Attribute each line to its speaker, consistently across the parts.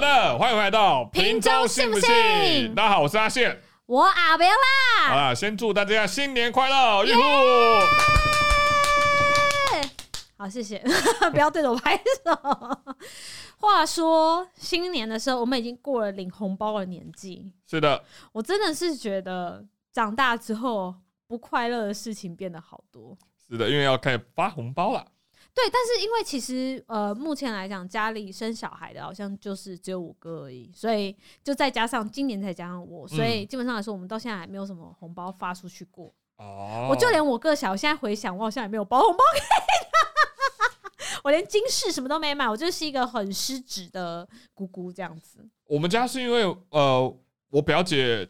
Speaker 1: 了，欢迎回到
Speaker 2: 平
Speaker 1: 州
Speaker 2: 州
Speaker 1: 信
Speaker 2: 信
Speaker 1: 不
Speaker 2: 不
Speaker 1: 信
Speaker 2: 信？啊
Speaker 1: 大家好，我是阿宪。
Speaker 2: 我阿彪
Speaker 1: 好
Speaker 2: 啦，
Speaker 1: 啦，先祝大家新年快乐，耶呼！
Speaker 2: 好谢 谢，不要对着我拍手。 话说新年的时候，我们已经过了领红包的年纪，
Speaker 1: 是的，
Speaker 2: 我真的是觉得长大之后不快乐的事情变得好多。
Speaker 1: 是的，因为要开始发红包了。
Speaker 2: 对，但是因为其实呃，目前来讲，家里生小孩的好像就是只有我哥而已，所以就再加上今年才加上我，所以基嗯本上来说，我们到现在还没有什么红包发出去过。
Speaker 1: 哦
Speaker 2: 我就连我个小，我现在回想，我好像也没有包红包给他， 我连金饰什么都没买，我就是一个很失职的姑姑这样子。
Speaker 1: 我们家是因为呃，我表姐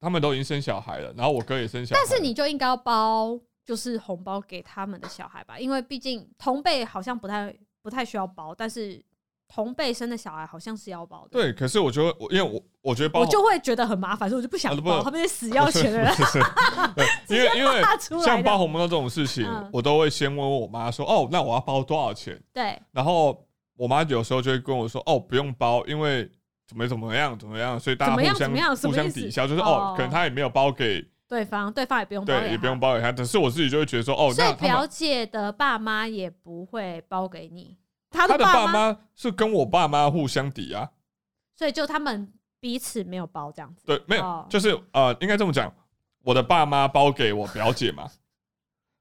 Speaker 1: 他们都已经生小孩了，然后我哥也生小孩
Speaker 2: 但
Speaker 1: 了，
Speaker 2: 是你就应该要包，就是红包给他们的小孩吧，因为毕竟同辈好像不太不太需要包，但是同辈生的小孩好像是要包的。
Speaker 1: 对，可是我觉得我因为我我觉得包
Speaker 2: 我就会觉得很麻烦，所以我就不想
Speaker 1: 啊 不
Speaker 2: 包。他们那些死要钱的人
Speaker 1: 因为因为
Speaker 2: 发出来
Speaker 1: 像包
Speaker 2: 的，
Speaker 1: 红包这种事情
Speaker 2: 嗯，
Speaker 1: 我都会先问我妈说，哦，那我要包多少钱？
Speaker 2: 对
Speaker 1: 然后我妈有时候就会跟我说，哦，不用包，因为怎么怎么样怎么样，所以大家
Speaker 2: 怎么样
Speaker 1: 互相
Speaker 2: 怎么样什
Speaker 1: 互
Speaker 2: 么
Speaker 1: 相
Speaker 2: 意思
Speaker 1: 抵消，就是
Speaker 2: 哦
Speaker 1: 哦，可能她也没有包给，
Speaker 2: 对方对方也不用包给
Speaker 1: 对，也
Speaker 2: 他
Speaker 1: 不用包给她，只是我自己就会觉得说，哦，
Speaker 2: 所
Speaker 1: 那
Speaker 2: 以
Speaker 1: 他们
Speaker 2: 表姐的爸妈也不会包给你，他
Speaker 1: 她的
Speaker 2: 爸
Speaker 1: 爸，妈是跟我爸妈互相抵啊，
Speaker 2: 所以就他们彼此没有包这样子。
Speaker 1: 对，没有
Speaker 2: 哦，
Speaker 1: 就是呃，应该这么讲，我的爸妈包给我表姐 嘛，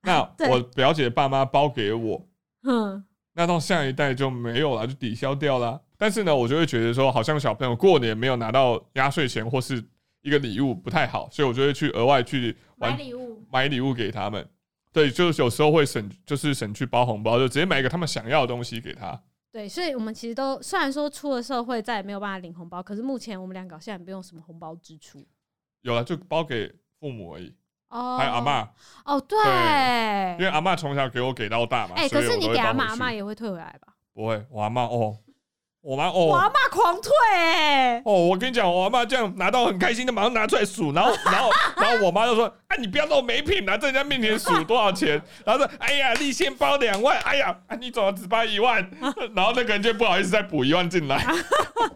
Speaker 1: 那
Speaker 2: 对
Speaker 1: 我表姐爸妈包给我，
Speaker 2: 嗯，
Speaker 1: 那到下一代就没有了，就抵消掉了。但是呢，我就会觉得说，好像小朋友过年没有拿到压岁钱或是一个礼物不太好，所以我就会去额外去玩
Speaker 2: 买礼物，
Speaker 1: 买礼物给他们。对，就是有时候会省，就是省去包红包，就直接买一个他们想要的东西给他。
Speaker 2: 对，所以我们其实都虽然说出了社会再也没有办法领红包，可是目前我们两个好像也不用什么红包支出。
Speaker 1: 有了就包给父母而已，
Speaker 2: 哦，
Speaker 1: 还有阿嬷，
Speaker 2: 哦，对，
Speaker 1: 因为阿嬷从小给我给到大嘛，
Speaker 2: 哎、
Speaker 1: 所
Speaker 2: 可
Speaker 1: 以
Speaker 2: 是
Speaker 1: 我
Speaker 2: 你
Speaker 1: 都会
Speaker 2: 给阿
Speaker 1: 包
Speaker 2: 妈，
Speaker 1: 回
Speaker 2: 阿
Speaker 1: 去
Speaker 2: 妈也会退回来吧？
Speaker 1: 不会，我阿妈哦，我妈
Speaker 2: 我阿
Speaker 1: 哦。
Speaker 2: 妈狂退、哎，
Speaker 1: 哦，我跟你讲，我阿妈这样拿到很开心的，马上拿出来数，然后， 然后，然后我妈就说：“啊，你不要那么没品啊，在人家面前数多少钱。” 然后说：“哎呀，立先包两万，哎呀，啊、你怎么只包一万？” 然后那个人就不好意思再补一万进来。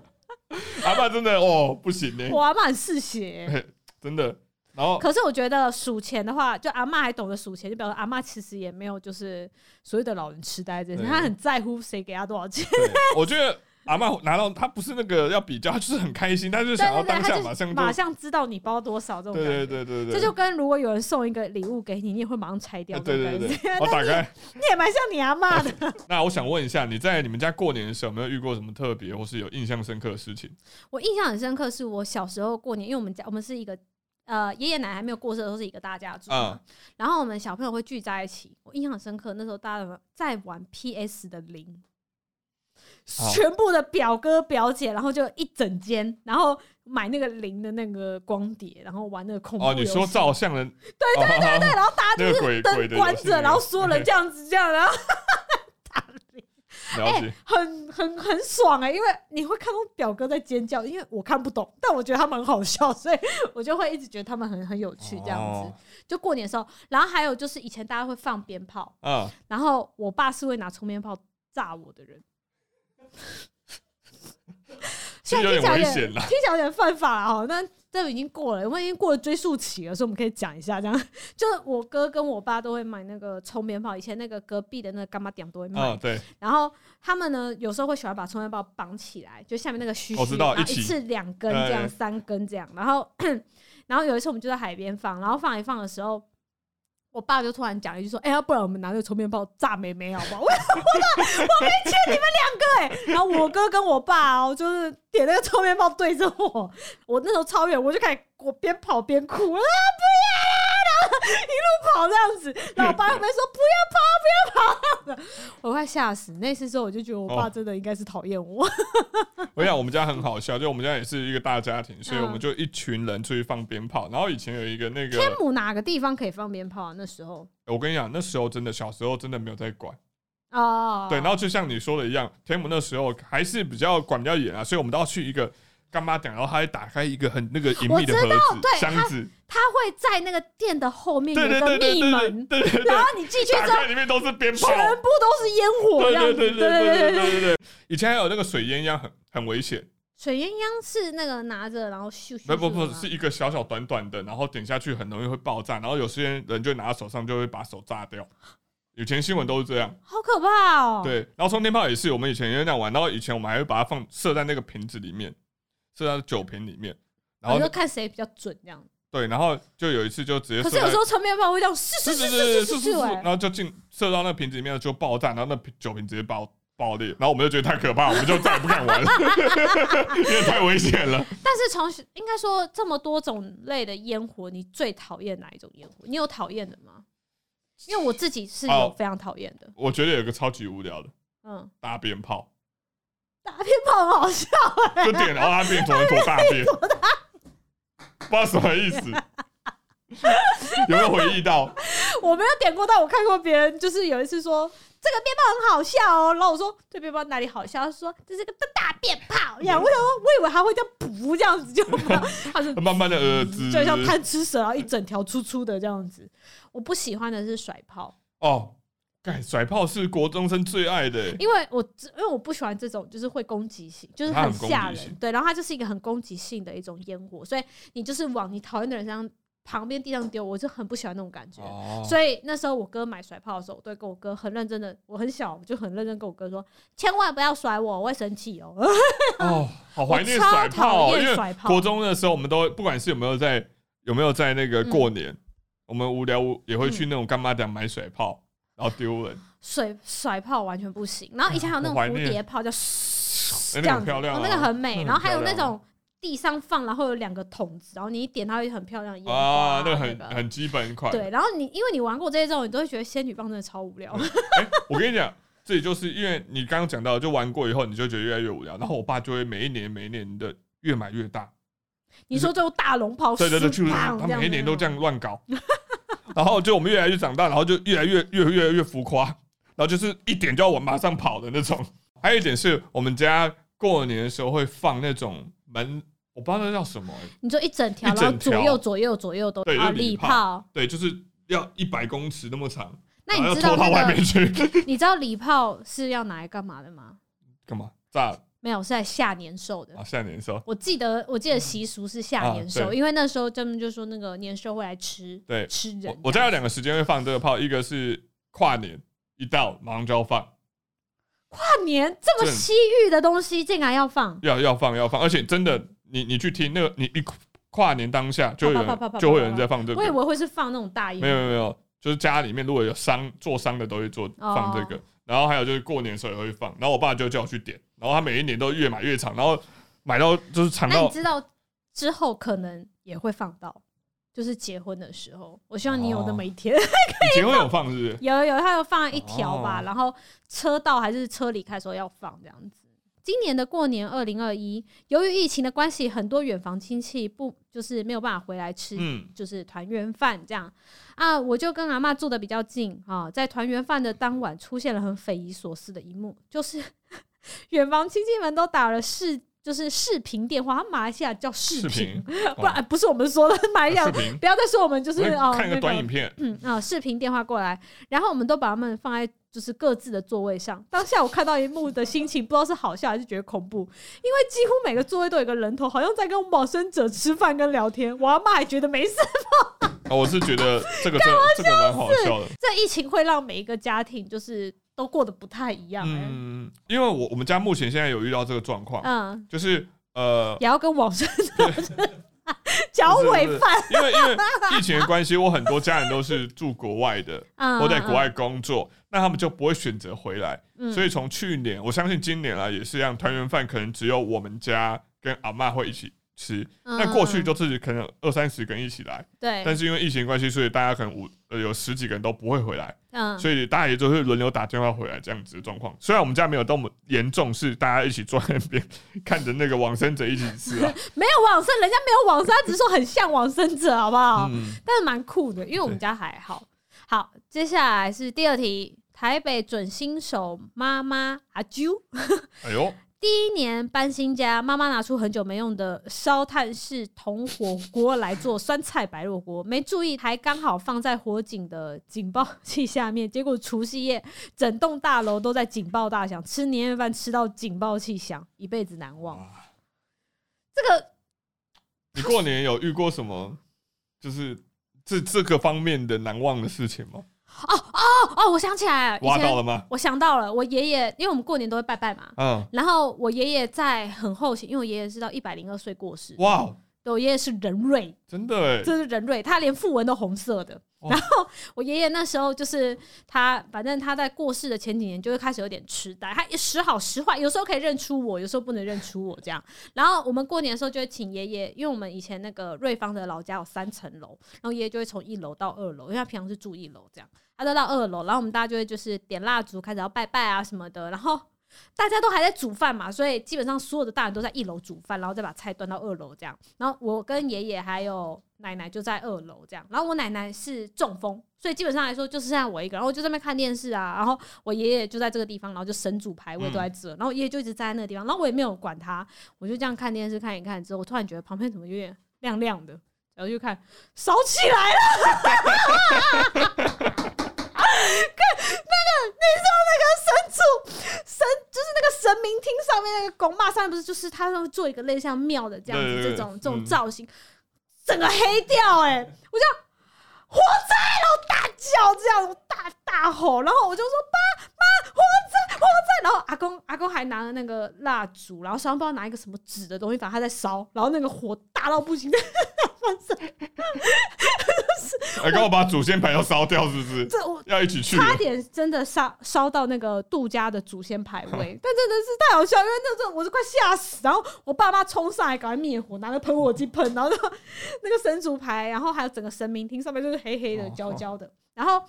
Speaker 1: 阿爸真的哦，不行呢、
Speaker 2: 我阿妈很嗜血、哎
Speaker 1: 真的。然后
Speaker 2: 可是我觉得数钱的话，就阿嬷还懂得数钱，就表示阿嬷其实也没有就是所谓的老人痴呆这件事，
Speaker 1: 对
Speaker 2: 她很在乎谁给她多少钱。
Speaker 1: 对我觉得阿妈拿到，她不是那个要比较，她就是很开心，她就是
Speaker 2: 对
Speaker 1: 想要
Speaker 2: 对对，
Speaker 1: 当
Speaker 2: 她
Speaker 1: 下
Speaker 2: 就
Speaker 1: 马
Speaker 2: 是
Speaker 1: 上
Speaker 2: 马
Speaker 1: 就。
Speaker 2: 上知道你包多少这种感
Speaker 1: 对
Speaker 2: 觉。
Speaker 1: 对对对对，
Speaker 2: 这就跟如果有人送一个礼物给你，你也会马上拆掉
Speaker 1: 啊
Speaker 2: 这
Speaker 1: 对
Speaker 2: 种感
Speaker 1: 对
Speaker 2: 觉。
Speaker 1: 对对，我打开。
Speaker 2: 你也蛮像你阿嬷 的。
Speaker 1: 那我想问一下，你在你们家过年的时候有没有遇过什么特别或是有印象深刻的事情？
Speaker 2: 我印象很深刻，是我小时候过年，因为我们家我们是一个呃爷爷奶奶还没有过世的时候是一个大家族
Speaker 1: 啊
Speaker 2: 嘛，然后我们小朋友会聚在一起。我印象很深刻，那时候大家在玩 PS 的零，
Speaker 1: 哦
Speaker 2: 全部的表哥表姐，然后就一整间，然后买那个零的那个光碟，然后玩那个恐怖
Speaker 1: 哦，你
Speaker 2: 游
Speaker 1: 说
Speaker 2: 戏
Speaker 1: 照相的，对
Speaker 2: 对
Speaker 1: 对对
Speaker 2: 对，然后大家
Speaker 1: 那
Speaker 2: 就
Speaker 1: 个鬼
Speaker 2: 是
Speaker 1: 鬼
Speaker 2: 灯
Speaker 1: 的
Speaker 2: 关
Speaker 1: 游戏
Speaker 2: 着，然后所有人这样子这样，然后打铃。
Speaker 1: 了解。
Speaker 2: 很很很爽哎、因为你会看到表哥在尖叫，因为我看不懂，但我觉得他们很好笑， 所以我就会一直觉得他们很很有趣这样子。
Speaker 1: 哦
Speaker 2: 就过年的时候，然后还有就是以前大家会放鞭炮，
Speaker 1: 嗯，
Speaker 2: 然后我爸是会拿冲鞭炮炸我的人。
Speaker 1: 是
Speaker 2: 现
Speaker 1: 有
Speaker 2: 在听
Speaker 1: 点危
Speaker 2: 起来有点
Speaker 1: 险啊啦。
Speaker 2: 听起来有点犯法了哦。那这已经过了，我们已经过了追溯期了，所以我们可以讲一下。这样， 就是我哥跟我爸都会买那个冲鞭炮，以前那个隔壁的那个干妈店都会卖。
Speaker 1: 嗯，对，
Speaker 2: 然后他们呢，有时候会喜欢把充电宝绑起来，就下面那个须须，
Speaker 1: 我哦知道
Speaker 2: 然后
Speaker 1: 一起
Speaker 2: 一次两根这
Speaker 1: 哎
Speaker 2: 样，三根这样。然后，然后有一次我们就在海边放，然后放一放的时候，我爸就突然讲了一句说：“哎、要不然我们拿那个充电炮炸妹妹好不好？”我我我没欠你们两个哎、然后我哥跟我爸哦，就是点那个充电炮对着我，我那时候超远，我就开始我边跑边哭，我说啊不要啊，然后一路跑这样子，然后我爸又没说不要跑。我快吓死！那次之后，我就觉得我爸
Speaker 1: 哦
Speaker 2: 真的应该是讨厌我。
Speaker 1: 我想我们家很好笑，就我们家也是一个大家庭，所以我们就一群人出去放鞭炮。然后以前有一个那
Speaker 2: 嗯天
Speaker 1: 个，
Speaker 2: 母哪个地方可以放鞭炮啊？那时候
Speaker 1: 我跟你讲，那时候真的小时候真的没有在管，
Speaker 2: 哦，
Speaker 1: 对。然后就像你说的一样，天母那时候还是比较管比较严啊，所以我们都要去一个干妈店，然后他还打开一个很那个隐秘的
Speaker 2: 我
Speaker 1: 盒
Speaker 2: 知道
Speaker 1: 子
Speaker 2: 对
Speaker 1: 箱
Speaker 2: 他
Speaker 1: 子，
Speaker 2: 他会在那个店的后面有
Speaker 1: 对对
Speaker 2: 一
Speaker 1: 对
Speaker 2: 个
Speaker 1: 对
Speaker 2: 密
Speaker 1: 对对
Speaker 2: 门，
Speaker 1: 对对对
Speaker 2: 然后你进去
Speaker 1: 打
Speaker 2: 之后
Speaker 1: 开，里面都是鞭炮，
Speaker 2: 全部都是烟火，这样子，
Speaker 1: 对
Speaker 2: 对
Speaker 1: 对对
Speaker 2: 对
Speaker 1: 对对。以前还有那个水烟枪很很危险，
Speaker 2: 水鸳鸯是那个拿着然后咻咻咻
Speaker 1: 不
Speaker 2: 的吗，
Speaker 1: 不不，是一个小小短短的，然后点下去很容易会爆炸，然后有些人就拿在手上就会把手炸掉。以前新闻都是这样，
Speaker 2: 好可怕哦。，
Speaker 1: 对。然后冲天炮也是，我们以前也会那样玩，然后以前我们还会把它放射在那个瓶子里面，射在酒瓶里面，然后
Speaker 2: 就看谁比较准这样。
Speaker 1: 对，然后就有一次就直接
Speaker 2: 可
Speaker 1: 射
Speaker 2: 是有
Speaker 1: 在
Speaker 2: 时候成面炮会这样，是
Speaker 1: 是是是
Speaker 2: 是是
Speaker 1: 是
Speaker 2: 是是
Speaker 1: 是
Speaker 2: 是，
Speaker 1: 是，
Speaker 2: 哎
Speaker 1: 然，后就进射到那瓶子里面就爆炸，然后那瓶酒瓶直接爆爆裂，然后我们就觉得太可怕，我们就再也不敢玩，了，因为太危险了。
Speaker 2: 但是从应该说这么多种类的烟火，你最讨厌哪一种烟火？你有讨厌的吗？因为我自己是有
Speaker 1: 哦
Speaker 2: 非常讨厌的，
Speaker 1: 我觉得有一个超级无聊的
Speaker 2: 嗯，
Speaker 1: 大便炮，
Speaker 2: 打鞭炮很好笑，
Speaker 1: 就点然后它变成一坨 大便，不知道什么意思。有没有回忆到？
Speaker 2: 我没有点过，但我看过别人就是有一次说这个鞭炮很好笑哦，然后我说这鞭炮哪里好笑？他说这是个大便炮呀，我想说我以为他会这样噗这样子就，他说
Speaker 1: 慢慢的呃，滋
Speaker 2: 就像贪吃蛇，然后一整条粗粗的这样子。我不喜欢的是甩炮。
Speaker 1: 哦，干甩炮是国中生最爱的 欸，
Speaker 2: 因为我只因为我不喜欢这种就是会攻击性，就是
Speaker 1: 它很攻击
Speaker 2: 吓人
Speaker 1: 性，
Speaker 2: 对，然后它就是一个很攻击性的一种烟火，所以你就是往你讨厌的人身上旁边地上丢，我就很不喜欢那种感觉。
Speaker 1: 哦
Speaker 2: 所以那时候我哥买甩炮的时候，我都会跟我哥很认真的，我很小我就很认真跟我哥说，千万不要甩我，我会生气哦。
Speaker 1: 哦，好怀念
Speaker 2: 我 超
Speaker 1: 甩炮
Speaker 2: 讨
Speaker 1: 哦，
Speaker 2: 厌
Speaker 1: 因为
Speaker 2: 甩炮
Speaker 1: 国中的时候，我们都不管是有没有在有没有在那
Speaker 2: 嗯
Speaker 1: 个过年，我们无聊也会去那种干妈店买甩 炮，然后丢人，
Speaker 2: 甩甩炮完全不行。然后以前还有那种
Speaker 1: 好怀
Speaker 2: 蝴
Speaker 1: 念
Speaker 2: 蝶炮叫
Speaker 1: 哎那
Speaker 2: 这
Speaker 1: 个
Speaker 2: 样
Speaker 1: 很
Speaker 2: 子，
Speaker 1: 漂亮
Speaker 2: 哦
Speaker 1: 啊
Speaker 2: 那个很
Speaker 1: 那个
Speaker 2: 美。
Speaker 1: 很
Speaker 2: 然后还有那
Speaker 1: 漂亮啊
Speaker 2: 种地上放，然后有两个桶子，然后你一点它会很漂亮的烟花
Speaker 1: 啊，那个
Speaker 2: 那
Speaker 1: 很
Speaker 2: 个
Speaker 1: 很基本款。
Speaker 2: 对，然后你因为你玩过这些之后，你都会觉得仙女棒真的超无 聊。
Speaker 1: 哎，我跟你讲，这也就是因为你刚刚讲到，就玩过以后，你就觉得越来越无聊，然后我爸就会每一年每一年的越买越大，
Speaker 2: 你说这种大龙炮，
Speaker 1: 对对对，
Speaker 2: 咻
Speaker 1: 就是
Speaker 2: 砰
Speaker 1: 他
Speaker 2: 哦这
Speaker 1: 每一年
Speaker 2: 子
Speaker 1: 都这样乱搞， 然后就我们越来越长大，然后就越来越越越来越浮夸，然后就是一点就要我马上跑的那种。还有一点是我们家过年的时候会放那种门，我不知道那叫什么、欸，
Speaker 2: 你说一整条，
Speaker 1: 一
Speaker 2: 然后
Speaker 1: 整
Speaker 2: 左
Speaker 1: 条
Speaker 2: 右左右左右都
Speaker 1: 对
Speaker 2: 啊
Speaker 1: 就是礼
Speaker 2: 礼
Speaker 1: 炮
Speaker 2: 炮。
Speaker 1: 对，就是要一百公尺那么长，
Speaker 2: 那
Speaker 1: 然后要
Speaker 2: 你知道
Speaker 1: 拖到外
Speaker 2: 那
Speaker 1: 面
Speaker 2: 个
Speaker 1: 去
Speaker 2: 你知道礼炮是要拿来干嘛的吗？
Speaker 1: 干嘛？炸
Speaker 2: 没有，是来吓年兽的
Speaker 1: 啊！。下年的时候，
Speaker 2: 我记得我记得习俗是吓
Speaker 1: 啊
Speaker 2: 年兽，
Speaker 1: 对
Speaker 2: 因为那时候他们就说那个年兽会来吃
Speaker 1: 对
Speaker 2: 吃人这样
Speaker 1: 我我家有两个时间会放这个炮，一个是跨年一到马上就要放，
Speaker 2: 跨年这么
Speaker 1: 正
Speaker 2: 西域的东西竟然要放，
Speaker 1: 要要放要放，而且真的，你你去听那个，你你跨年当下就会有
Speaker 2: 啪啪啪
Speaker 1: 人
Speaker 2: 啪啪
Speaker 1: 就会有人在放这个
Speaker 2: 我以，为会是放那种大烟
Speaker 1: 没有没有没有，就是家里面如果有商做商的都会做
Speaker 2: 哦
Speaker 1: 放这个，然后还有就是过年的时候也会放，然后我爸就叫我去点，然后他每一年都越买越长，然后买到就是长
Speaker 2: 那你
Speaker 1: 到
Speaker 2: 知道之后可能也会放到，就是结婚的时候，我希望你有
Speaker 1: 哦
Speaker 2: 那么一天。
Speaker 1: 你结婚有放是不是？
Speaker 2: 有有，他有放一条吧，
Speaker 1: 哦
Speaker 2: 然后车到还是车离开的时候要放这样子。今年的过年二零二一，由于疫情的关系，很多远房亲戚不就是没有办法回来吃
Speaker 1: 嗯，
Speaker 2: 就是团圆饭这样啊，我就跟阿嬷住的比较近啊，在团圆饭的当晚出现了很匪夷所思的一幕，就是 远房亲戚们都打了视就是视频电话，他们马来西亚叫视
Speaker 1: 视
Speaker 2: 频
Speaker 1: 频，，哦
Speaker 2: 不然、不是我们说的马来西亚
Speaker 1: 视，频，
Speaker 2: 不要再说我们 就是
Speaker 1: 那
Speaker 2: 哦
Speaker 1: 看一个短
Speaker 2: 那
Speaker 1: 影片，
Speaker 2: 嗯啊、视频电话过来，然后我们都把他们放在就是各自的座位上。当下我看到一幕的心情，不知道是好笑还是觉得恐怖，因为几乎每个座位都有一个人头，好像在跟保生者吃饭跟聊天。我阿妈还觉得没事。
Speaker 1: 啊我是觉得这 个真这个蛮好笑的，
Speaker 2: 这疫情会让每一个家庭就是都过得不太一样、欸，
Speaker 1: 嗯，因为我我们家目前现在有遇到这个状况，
Speaker 2: 嗯，
Speaker 1: 就是呃。
Speaker 2: 也要跟往生者 脚尾饭，
Speaker 1: 因为因为 疫情的关系，我很多家人都是住国外的，
Speaker 2: 嗯，
Speaker 1: 或在国外工作，那他们就不会选择回来。
Speaker 2: 嗯，嗯
Speaker 1: 所以从去年，我相信今年啊也是一样，团圆饭可能只有我们家跟阿嬷会一起吃。那过去
Speaker 2: 嗯
Speaker 1: 都是可能二三十个人一起来，
Speaker 2: 对，
Speaker 1: 但是因为疫情关系，所以大家可能五呃有十几个人都不会回来，
Speaker 2: 嗯，
Speaker 1: 所以大家也就是轮流打电话回来这样子的状况。虽然我们家没有那么严重，是大家一起坐在那边 看着那个往生者一起吃 啊。
Speaker 2: 没有往生，人家没有往生，他只是说很像往生者，好不好？
Speaker 1: 嗯，
Speaker 2: 但是蛮酷的，因为我们家还好。好，接下来是第二题，台北准新手妈妈阿啾，
Speaker 1: 哎呦，
Speaker 2: 第一年搬新家，妈妈拿出很久没用的烧炭式铜火锅来做酸菜白肉锅，没注意还刚好放在火警的警报器下面，结果除夕夜整栋大楼都在警报大响，吃年夜饭吃到警报器响，一辈子难忘。
Speaker 1: 哇
Speaker 2: 这个
Speaker 1: 啊你过年有遇过什么就是这这个方面的难忘的事情吗？
Speaker 2: 哦哦，我想起来了，以
Speaker 1: 挖到
Speaker 2: 前
Speaker 1: 了吗？
Speaker 2: 我想到了，我爷爷，因为我们过年都会拜拜嘛，
Speaker 1: 嗯，
Speaker 2: 然后我爷爷在很后期，因为我爷爷是到一百零二岁过世，
Speaker 1: 哇哦，
Speaker 2: 对我爷爷是人瑞，
Speaker 1: 真的哎，
Speaker 2: 这是人瑞，他连符文都红色的。
Speaker 1: 哇
Speaker 2: 然后我爷爷那时候就是他，反正他在过世的前几年就会开始有点痴呆，他一时好时坏，有时候可以认出我，有时候不能认出我这样。然后我们过年的时候就会请爷爷，因为我们以前那个瑞芳的老家有三层楼，然后爷爷就会从一楼到二楼，因为他平常是住一楼这样，他都到二楼，然后我们大家就会就是点蜡烛开始要拜拜啊什么的，然后。大家都还在煮饭嘛，所以基本上所有的大人都在一楼煮饭，然后再把菜端到二楼这样。然后我跟爷爷还有奶奶就在二楼这样。然后我奶奶是中风，所以基本上来说就是剩下我一个人，然后我就在那边看电视啊。然后我爷爷就在这个地方，然后就神主牌位都在这，然后我爷爷就一直站在那个地方，然后我也没有管他，我就这样看电视看一看之后，我突然觉得旁边怎么有点亮亮的，然后就看烧起来了。 看那个，你知道那个神主神，就是那个神明厅上面那个拱马上面不是，就是他会做一个类似像庙的这样子
Speaker 1: 对对
Speaker 2: 这
Speaker 1: 对
Speaker 2: 种这种
Speaker 1: 嗯
Speaker 2: 造型，整个黑掉哎、我就火灾了，我大叫这样，我大大吼，然后我就说爸妈火灾火灾，然后阿公阿公还拿了那个蜡烛，然后手上不知道拿一个什么纸的东西，反正他在烧，然后那个火大到不行，
Speaker 1: 哎，刚好把祖先牌要烧掉，是不是？
Speaker 2: 这我
Speaker 1: 要一起去了？
Speaker 2: 差点真的烧烧到那个杜家的祖先 牌位，但真的是太好笑，因为那时候我是快吓死，然后我爸妈冲上来赶快灭火，拿个喷火机喷，然后那个那个神主牌，然后还有整个神明厅上面就是黑黑的、
Speaker 1: 哦
Speaker 2: 焦焦的，然后。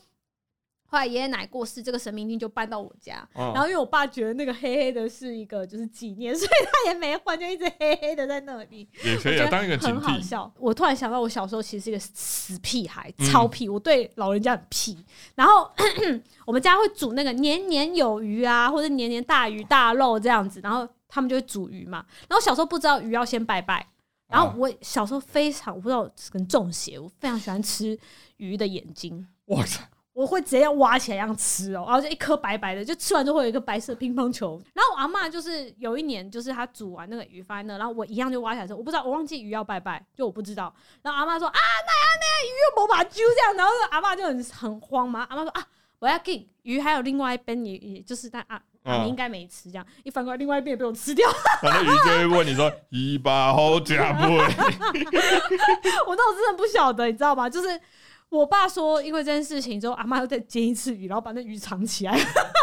Speaker 2: 后来爷爷奶奶过世，这个神明厅就搬到我家。
Speaker 1: 嗯
Speaker 2: 然后因为我爸觉得那个黑黑的是一个就是纪念， 所以他也没换，就一直黑黑的在那里。
Speaker 1: 也可以
Speaker 2: 我觉
Speaker 1: 啊，
Speaker 2: 得
Speaker 1: 当一个警
Speaker 2: 很好
Speaker 1: 惕。
Speaker 2: 笑。我突然想到，我小时候其实是一个死屁孩，
Speaker 1: 嗯
Speaker 2: 超屁。我对老人家很屁。然后 我们家会煮那个年年有余啊，或者年年大鱼大肉这样子，然后他们就会煮鱼嘛。然后小时候不知道鱼要先拜拜。然后
Speaker 1: 啊
Speaker 2: 我小时候非常，我不知道很中邪，我非常喜欢吃鱼的眼睛，
Speaker 1: 哇塞，
Speaker 2: 我会直接挖起来这样吃哦、然后就一颗白白的，就吃完之后会有一个白色乒乓球。然后我阿嬷就是有一年，就是她煮完那个鱼放在那，然后我一样就挖起来吃，我不知道我忘记鱼要拜拜，就我不知道。然后阿嬷说啊，那样那样鱼又没把揪这样，然后阿嬷就很很慌嘛，阿嬷说啊， 我要给鱼，还有另外一边也也就是但啊。啊、
Speaker 1: 嗯
Speaker 2: 你应该没吃，这样一翻过来，另外一边也被我吃掉。
Speaker 1: 然后鱼就会问你说：“一把好假不欸
Speaker 2: 我那我真的不晓得，你知道吗？就是我爸说，因为这件事情之后，阿妈又再煎一次鱼，然后把那鱼藏起来，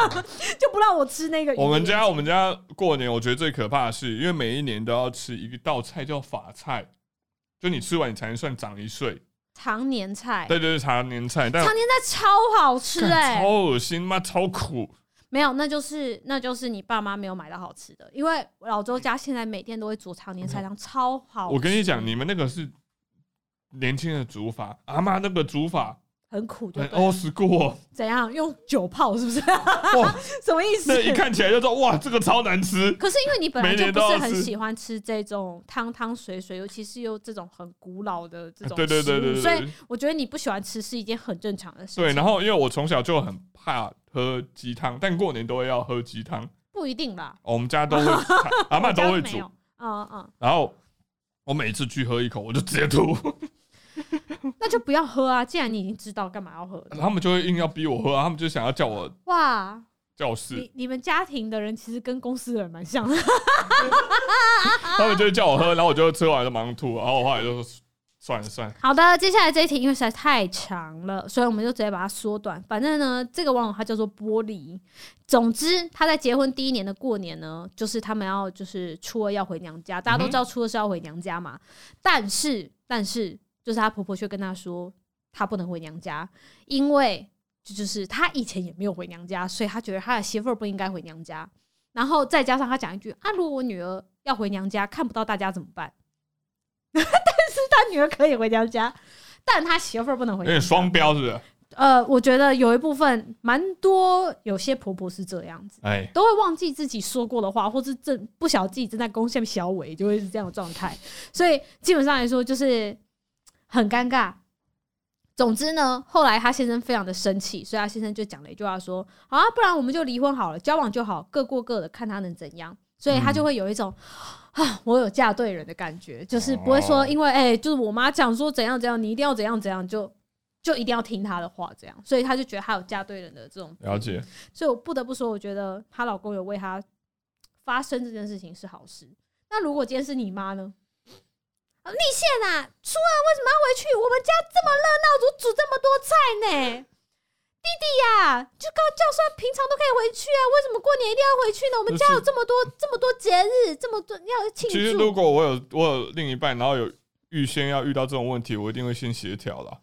Speaker 2: 就不让我吃那个？”鱼。
Speaker 1: 我们家我们家过年，我觉得最可怕的是，因为每一年都要吃一道菜叫法菜，就你吃完你才能算长一岁。
Speaker 2: 常年菜，
Speaker 1: 对对对，常年菜，但
Speaker 2: 常年菜超好吃
Speaker 1: 干
Speaker 2: 哎、
Speaker 1: 超恶心，妈超苦。
Speaker 2: 没有，那就是那就是你爸妈没有买到好吃的，因为老周家现在每天都会煮常年菜汤，超好吃。
Speaker 1: 我跟你讲，你们那个是年轻的煮法，阿妈那个煮法
Speaker 2: 很苦就
Speaker 1: 很哦
Speaker 2: 对了，
Speaker 1: 欧死 过，
Speaker 2: 怎样用酒泡是不是？
Speaker 1: 哇，
Speaker 2: 什么意思
Speaker 1: 那？一看起来就知道哇，这个超难吃。
Speaker 2: 可是因为你本来
Speaker 1: 每
Speaker 2: 就
Speaker 1: 年
Speaker 2: 不
Speaker 1: 都要
Speaker 2: 是很
Speaker 1: 吃
Speaker 2: 喜欢吃这种汤汤水水，尤其是又这种很古老的这种
Speaker 1: 啊对对对
Speaker 2: 食物
Speaker 1: 对对
Speaker 2: 所以
Speaker 1: 对。
Speaker 2: 我觉得你不喜欢吃是一件很正常的事情。
Speaker 1: 对，然后因为我从小就很怕喝鸡汤，但过年都会要喝鸡汤，
Speaker 2: 不一定啦，
Speaker 1: 哦我们家都会， 阿
Speaker 2: 我
Speaker 1: 嬷
Speaker 2: 家
Speaker 1: 都会
Speaker 2: 没有
Speaker 1: 煮，。
Speaker 2: 嗯嗯，
Speaker 1: 然后我每次去喝一口，我就直接吐，
Speaker 2: 那就不要喝啊！既然你已经知道，干嘛要喝？
Speaker 1: 他们就会硬要逼我喝，他们就想要叫我
Speaker 2: 哇，
Speaker 1: 叫我试，
Speaker 2: 你你们家庭的人其实跟公司的人蛮像的。 啊
Speaker 1: 他们就会叫我喝，然后我就吃完就马上吐，然后我后来就说算了算了，
Speaker 2: 好的，接下来这一题因为实在太长了，所以我们就直接把它缩短。反正呢，这个网友他叫做玻璃。总之，他在结婚第一年的过年呢，就是他们要就是初二要回娘家，大家
Speaker 1: 嗯
Speaker 2: 都知道初二是要回娘家嘛。但是，但是就是她婆婆却跟她说，她不能回娘家，因为就就是她以前也没有回娘家，所以她觉得她的媳妇儿不应该回娘家。然后再加上她讲一句啊，如果我女儿要回娘家，看不到大家怎么办？ 但是她女儿可以回娘家，但她媳妇儿不能回
Speaker 1: 有
Speaker 2: 娘
Speaker 1: 点
Speaker 2: 家。
Speaker 1: 双标是不是？
Speaker 2: 呃，我觉得有一部分蛮多，有些婆婆是这样子，
Speaker 1: 哎，
Speaker 2: 都会忘记自己说过的话，或是正不晓得自己正在攻陷小伟，就会是这样的状态。所以基本上来说，就是很尴尬。总之呢，后来她先生非常的生气，所以她先生就讲了一句话说：“好啊，不然我们就离婚好了，交往就好，各过各的，看他能怎样。”所以他就会有一种。啊，我有嫁对人的感觉，就是不会说，因为哎、就是我妈讲说怎样怎样，你一定要怎样怎样，就就一定要听她的话，这样，所以她就觉得她有嫁对人的这种
Speaker 1: 了解，
Speaker 2: 所以我不得不说，我觉得她老公有为她发生这件事情是好事。那如果今天是你妈呢？啊立宪啊，初二为什么要回去？我们家这么热闹，煮煮这么多菜呢？弟弟呀、就告叫说平常都可以回去啊，为什么过年一定要回去呢？我们家有这么多这么多节日，这么多要庆
Speaker 1: 其实
Speaker 2: 祝
Speaker 1: 如。果我有我有另一半，然后有预先要遇到这种问题，我一定会先协调啦。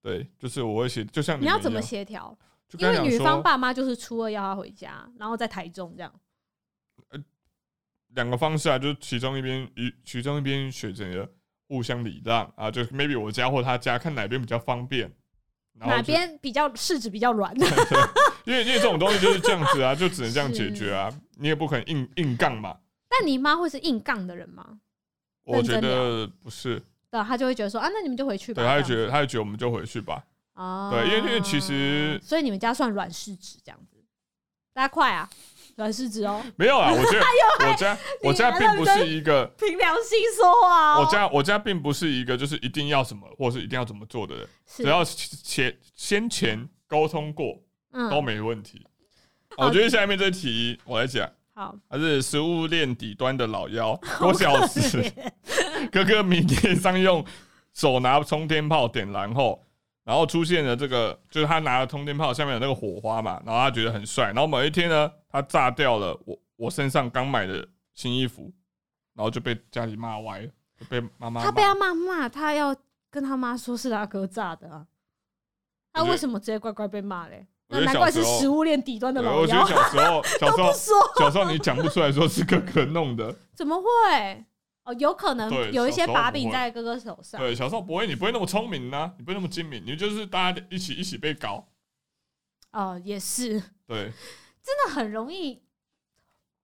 Speaker 1: 对，就是我会协，就像
Speaker 2: 你
Speaker 1: 们
Speaker 2: 要
Speaker 1: 一
Speaker 2: 怎么
Speaker 1: 样？
Speaker 2: 协调？
Speaker 1: 就
Speaker 2: 因
Speaker 1: 跟他
Speaker 2: 为
Speaker 1: 讲
Speaker 2: 女
Speaker 1: 说
Speaker 2: 方爸妈就是初二要她回家，然后在台中这样。
Speaker 1: 两个方式啊，就是其中一边一其中一边选择互相礼让啊，就是 maybe 我家或他家，看哪边比较方便。然后
Speaker 2: 哪
Speaker 1: 就
Speaker 2: 边比较市值比较软？
Speaker 1: 因为因为这种东西就是这样子啊，就只能这样解
Speaker 2: 是
Speaker 1: 决啊，你也不可能硬硬杠嘛。
Speaker 2: 但你妈会是硬杠的人吗？
Speaker 1: 我觉
Speaker 2: 认真
Speaker 1: 得不是，
Speaker 2: 对，她就会觉得说啊，那你们就回去吧。
Speaker 1: 对，他就
Speaker 2: 这
Speaker 1: 觉
Speaker 2: 样
Speaker 1: 得他就觉得我们就回去吧。
Speaker 2: 啊
Speaker 1: 对因为因为其实
Speaker 2: 所以你们家算软市值这样子，大家快 啊，软市值哦，
Speaker 1: 没 有啊，我觉得我家
Speaker 2: 哎你
Speaker 1: 我家
Speaker 2: 还
Speaker 1: 并
Speaker 2: 认
Speaker 1: 不
Speaker 2: 真
Speaker 1: 是一个
Speaker 2: 凭良心说话、哦。
Speaker 1: 我家我家并不是一个就是一定要什么，或是一定要怎么做的人，
Speaker 2: 是
Speaker 1: 只要前先前沟通过都
Speaker 2: 嗯，
Speaker 1: 没问题。
Speaker 2: 好
Speaker 1: 我觉得下面这题我来讲，
Speaker 2: 好，
Speaker 1: 还是食物链底端的老 妖郭小石 哥哥迷恋上用手拿冲天炮点燃后。然后出现了这个，就是他拿了冲天炮下面有那个火花嘛，然后他觉得很帅。然后某一天呢，他炸掉了我我身上刚买的新衣服，然后就被家里骂歪了，就被妈妈骂。
Speaker 2: 他被他妈骂，他要跟他妈说是他哥炸的啊，
Speaker 1: 我
Speaker 2: 他
Speaker 1: 觉得
Speaker 2: 为什么直接乖乖被骂嘞？
Speaker 1: 我
Speaker 2: 那
Speaker 1: 觉得
Speaker 2: 难怪
Speaker 1: 小
Speaker 2: 是
Speaker 1: 时候
Speaker 2: 食物链底端的
Speaker 1: 对，
Speaker 2: 老
Speaker 1: 我觉得
Speaker 2: 妖，
Speaker 1: 小时 候，小时
Speaker 2: 不
Speaker 1: 候，
Speaker 2: 说
Speaker 1: 小时候你讲不出来说是哥哥弄的，
Speaker 2: 怎么会？哦，有可能
Speaker 1: 对
Speaker 2: 有一些
Speaker 1: 小时候
Speaker 2: 把
Speaker 1: 不
Speaker 2: 柄
Speaker 1: 会
Speaker 2: 在哥哥手上。
Speaker 1: 对，小时候不会，你不会那么聪明啊，你不会那么精明，你就是大家一起一起被搞，
Speaker 2: 哦，也是，真
Speaker 1: 对，
Speaker 2: 的很容易。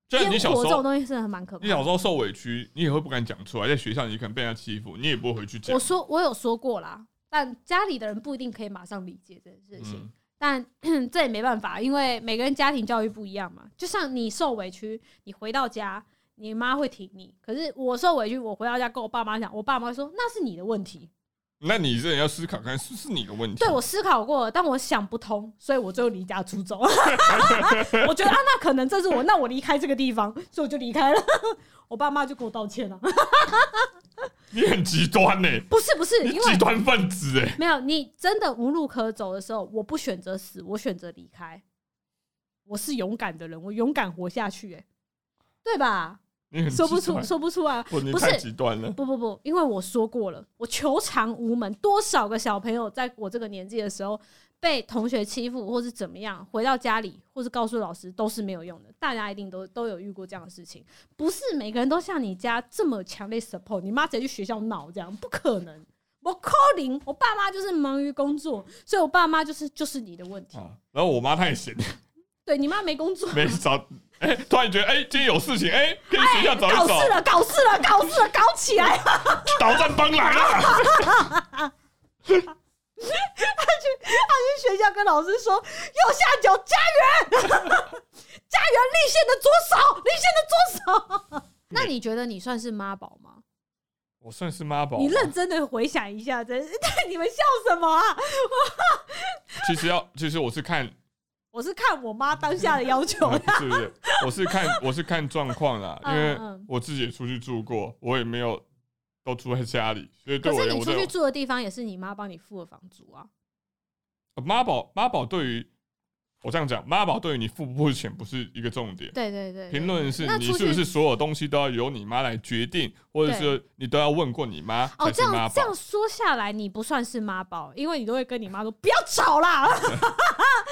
Speaker 1: 就是你小
Speaker 2: 火
Speaker 1: 时
Speaker 2: 这种
Speaker 1: 候，
Speaker 2: 东西真的蛮可怕
Speaker 1: 你
Speaker 2: 的。
Speaker 1: 小时候受委屈，你也会不敢讲出来，在学校你可能被人家欺负，你也不会回去讲
Speaker 2: 我，说我有说过啦，但家里的人不一定可以马上理解这件事情。
Speaker 1: 嗯，
Speaker 2: 但 这也没办法，因为每个人家庭教育不一样嘛。就像你受委屈，你回到家，你妈会挺你；可是我受委屈，我回到家跟我爸妈讲，我爸妈会说那是你的问题。
Speaker 1: 那你这也要思考看是不是你的问题，
Speaker 2: 对我思考过了，但我想不通，所以我就离家出走。 我觉得啊，那可能这是我，那我离开这个地方，所以我就离开了。 我爸妈就跟我道歉了、
Speaker 1: 你很极端呢、
Speaker 2: 不是不是，
Speaker 1: 你
Speaker 2: 因为
Speaker 1: 极端分子哎、
Speaker 2: 没有，你真的无路可走的时候，我不选择死，我选择离开。我是勇敢的人，我勇敢活下去、欸，对吧？
Speaker 1: 你很
Speaker 2: 说不
Speaker 1: 极端
Speaker 2: 出，说不出啊来。
Speaker 1: 不，你
Speaker 2: 不是
Speaker 1: 太极端了，
Speaker 2: 不不不，因为我说过了，我求偿无门。多少个小朋友在我这个年纪的时候被同学欺负，或是怎么样，回到家里或是告诉老师都是没有用的。大家一定都都有遇过这样的事情，不是每个人都像你家这么强烈 support，你妈直接去学校闹这样，不可能。我 calling，我爸妈就是忙于工作，所以我爸妈就是就是你的问题。
Speaker 1: 啊，然后我妈太闲，
Speaker 2: 对你妈没工作，
Speaker 1: 没找，哎、突然觉得哎、今天有事情，哎、可以学校找
Speaker 2: 搞
Speaker 1: 一找，
Speaker 2: 事了，搞事了，搞事了，搞起来！
Speaker 1: 导弹帮来了。
Speaker 2: 去学校跟老师说，右下角家园， 家园立宪的左手，立宪的左手。那你觉得你算是妈宝吗？
Speaker 1: 我算是妈宝啊吧，
Speaker 2: 你认真的回想一下，真你们笑什么啊？
Speaker 1: 其实要，其实我是看，。
Speaker 2: 我是看我妈当下的要求
Speaker 1: 嗯是不是？我是看，我是看状况啦，因
Speaker 2: 嗯
Speaker 1: 为
Speaker 2: 嗯
Speaker 1: 我自己也出去住过，我也没有都住在家里，所以 对
Speaker 2: 可
Speaker 1: 我而
Speaker 2: 是
Speaker 1: 言，
Speaker 2: 你
Speaker 1: 我
Speaker 2: 出
Speaker 1: 这
Speaker 2: 去
Speaker 1: 种
Speaker 2: 住的地方也是你妈帮你付的房租啊。
Speaker 1: 呃妈宝妈宝对于我这样讲，妈宝对于你付不付钱不是一个重点。
Speaker 2: 对对对
Speaker 1: 评论是
Speaker 2: 那
Speaker 1: 你
Speaker 2: 出
Speaker 1: 是不
Speaker 2: 去
Speaker 1: 是所有东西都要由你妈来决定，或者是你都要问过你妈
Speaker 2: 哦，
Speaker 1: 才
Speaker 2: 这
Speaker 1: 是妈
Speaker 2: 样这
Speaker 1: 宝
Speaker 2: 样。说下来，你不算是妈宝，因为你都会跟你妈说不要吵啦，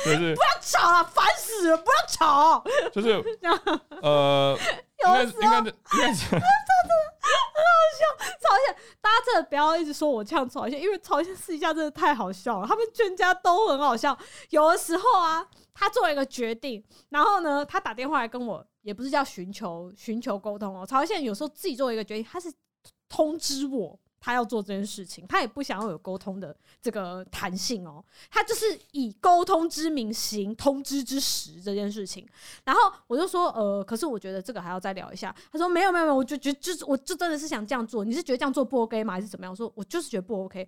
Speaker 2: 不
Speaker 1: 就是
Speaker 2: 要吵啦，烦死了，不要吵。
Speaker 1: 就是 呃，应该
Speaker 2: 有
Speaker 1: 是
Speaker 2: 时
Speaker 1: 应该是应该是
Speaker 2: 朝鲜，大家真的不要一直说我呛朝鲜，因为朝鲜私底下真的太好笑了，他们全家都很好笑。有的时候啊，他做了一个决定，然后呢，他打电话来跟我，也不是叫寻求寻求沟通哦，朝鲜有时候自己做一个决定，他是通知我，他要做这件事情，他也不想要有沟通的这个弹性哦，他就是以沟通之名行通知之实这件事情。然后我就说，呃，可是我觉得这个还要再聊一下。他说没有没有没有，我就觉就是我就真的是想这样做，你是觉得这样做不 OK 吗？还是怎么样？我说我就是觉得不 OK。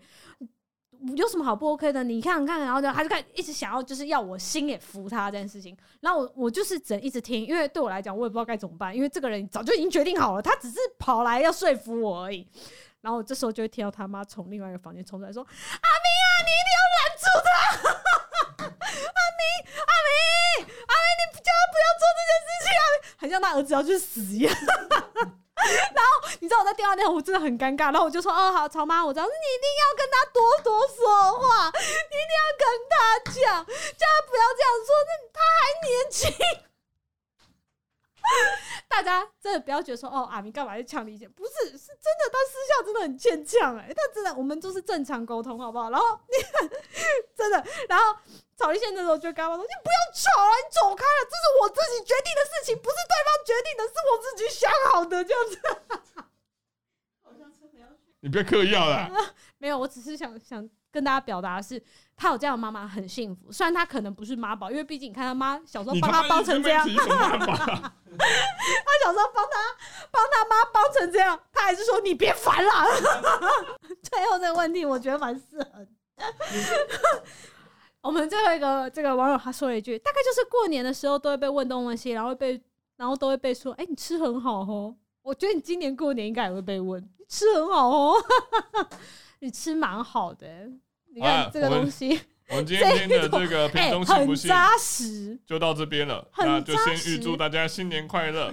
Speaker 2: 有什么好不 OK 的？你看看，然后就他就看，一直想要就是要我心也服他这件事情。然后我我就是只能一直听，因为对我来讲，我也不知道该怎么办，因为这个人早就已经决定好了，他只是跑来要说服我而已。然后我这时候就会听到他妈从另外一个房间冲出来说：“阿明啊，你一定要拦住他！阿明，阿明，阿明，你千万不要做这件事情！阿明，很像他儿子要去死一样。”你知道我在电话那头我真的很尴尬，然后我就说哦好，曹妈，我知道，你一定要跟他多多说话，你一定要跟他讲，叫他不要这样说，那他还年轻。大家真的不要觉得说哦，阿明干嘛去呛你一点？不是，是真的，他私下真的很欠呛哎、他真的，我们就是正常沟通好不好？然后 你真的，然后曹立宪那时候就跟他妈说：“你不要吵了，你走开了，这是我自己决定的事情，不是对方决定的，是我自己想好的这样子。”
Speaker 1: 你不要嗑药啦，
Speaker 2: 没有，我只是想想跟大家表达的是，他有这样的妈妈很幸福。虽然他可能不是妈宝，因为毕竟你看他妈小时候
Speaker 1: 你
Speaker 2: 帮
Speaker 1: 妈
Speaker 2: 他帮成这样，
Speaker 1: 你这边提什么办法？
Speaker 2: 他小时候帮他帮他妈帮成这样，他还是说你别烦了。 最后这个问题，我觉得蛮适合的。我们最后一个这个网友他说了一句，大概就是过年的时候都会被问东问西，然后会被然后都会被说，哎、你吃很好哦。我觉得你今年过年应该也会被问，你吃很好哦， 你吃蛮好的、你
Speaker 1: 好
Speaker 2: 看
Speaker 1: 了
Speaker 2: 这个
Speaker 1: 哎我们
Speaker 2: 东西，
Speaker 1: 我们今 天的这个
Speaker 2: 哎、
Speaker 1: 屏东信不
Speaker 2: 很
Speaker 1: 信
Speaker 2: 扎实。
Speaker 1: 就到这边了，
Speaker 2: 很
Speaker 1: 那就
Speaker 2: 扎
Speaker 1: 先
Speaker 2: 实
Speaker 1: 预祝大家新年快 乐。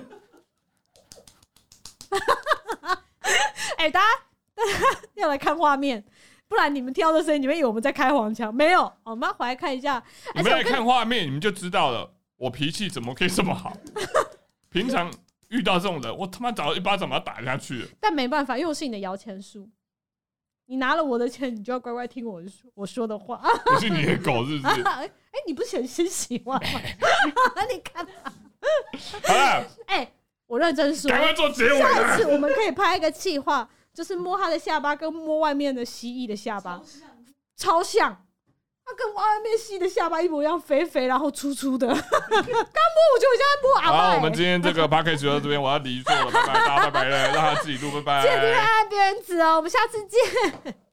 Speaker 2: 哎、大家大家要来看画面，不然你们听到这声音，你们以为我们在开黄腔，没有，我们要回来看一下。
Speaker 1: 你们
Speaker 2: 而且我
Speaker 1: 来
Speaker 2: 跟
Speaker 1: 看画面，你们就知道了，我脾气怎么可以这么好？ 平常遇到这种人，我他妈早一巴掌把他打下去了。
Speaker 2: 但没办法，因为我是你的摇钱树，你拿了我的钱，你就要乖乖听我说我说的话。 啊
Speaker 1: 我是你的狗是 不是？
Speaker 2: 哎、你不是很欣喜欢吗？ 你看，
Speaker 1: 好了，
Speaker 2: 哎、我认真说，
Speaker 1: 赶快做结尾
Speaker 2: 下一
Speaker 1: 了。
Speaker 2: 次我们可以拍一个计划，就是摸他的下巴跟摸外面的蜥蜴的下巴，超像。他跟外面蜥蜴的下巴一模一样，肥肥然后粗粗的。 刚摸我就像在摸阿欸
Speaker 1: 好，
Speaker 2: 爸、
Speaker 1: 我们今天这个 p a c k a g e 就到这边，我要离座了，拜拜，大家拜拜了，让他自己录，拜
Speaker 2: 记得订阅
Speaker 1: 拜。
Speaker 2: 岸边子哦，我们下次见。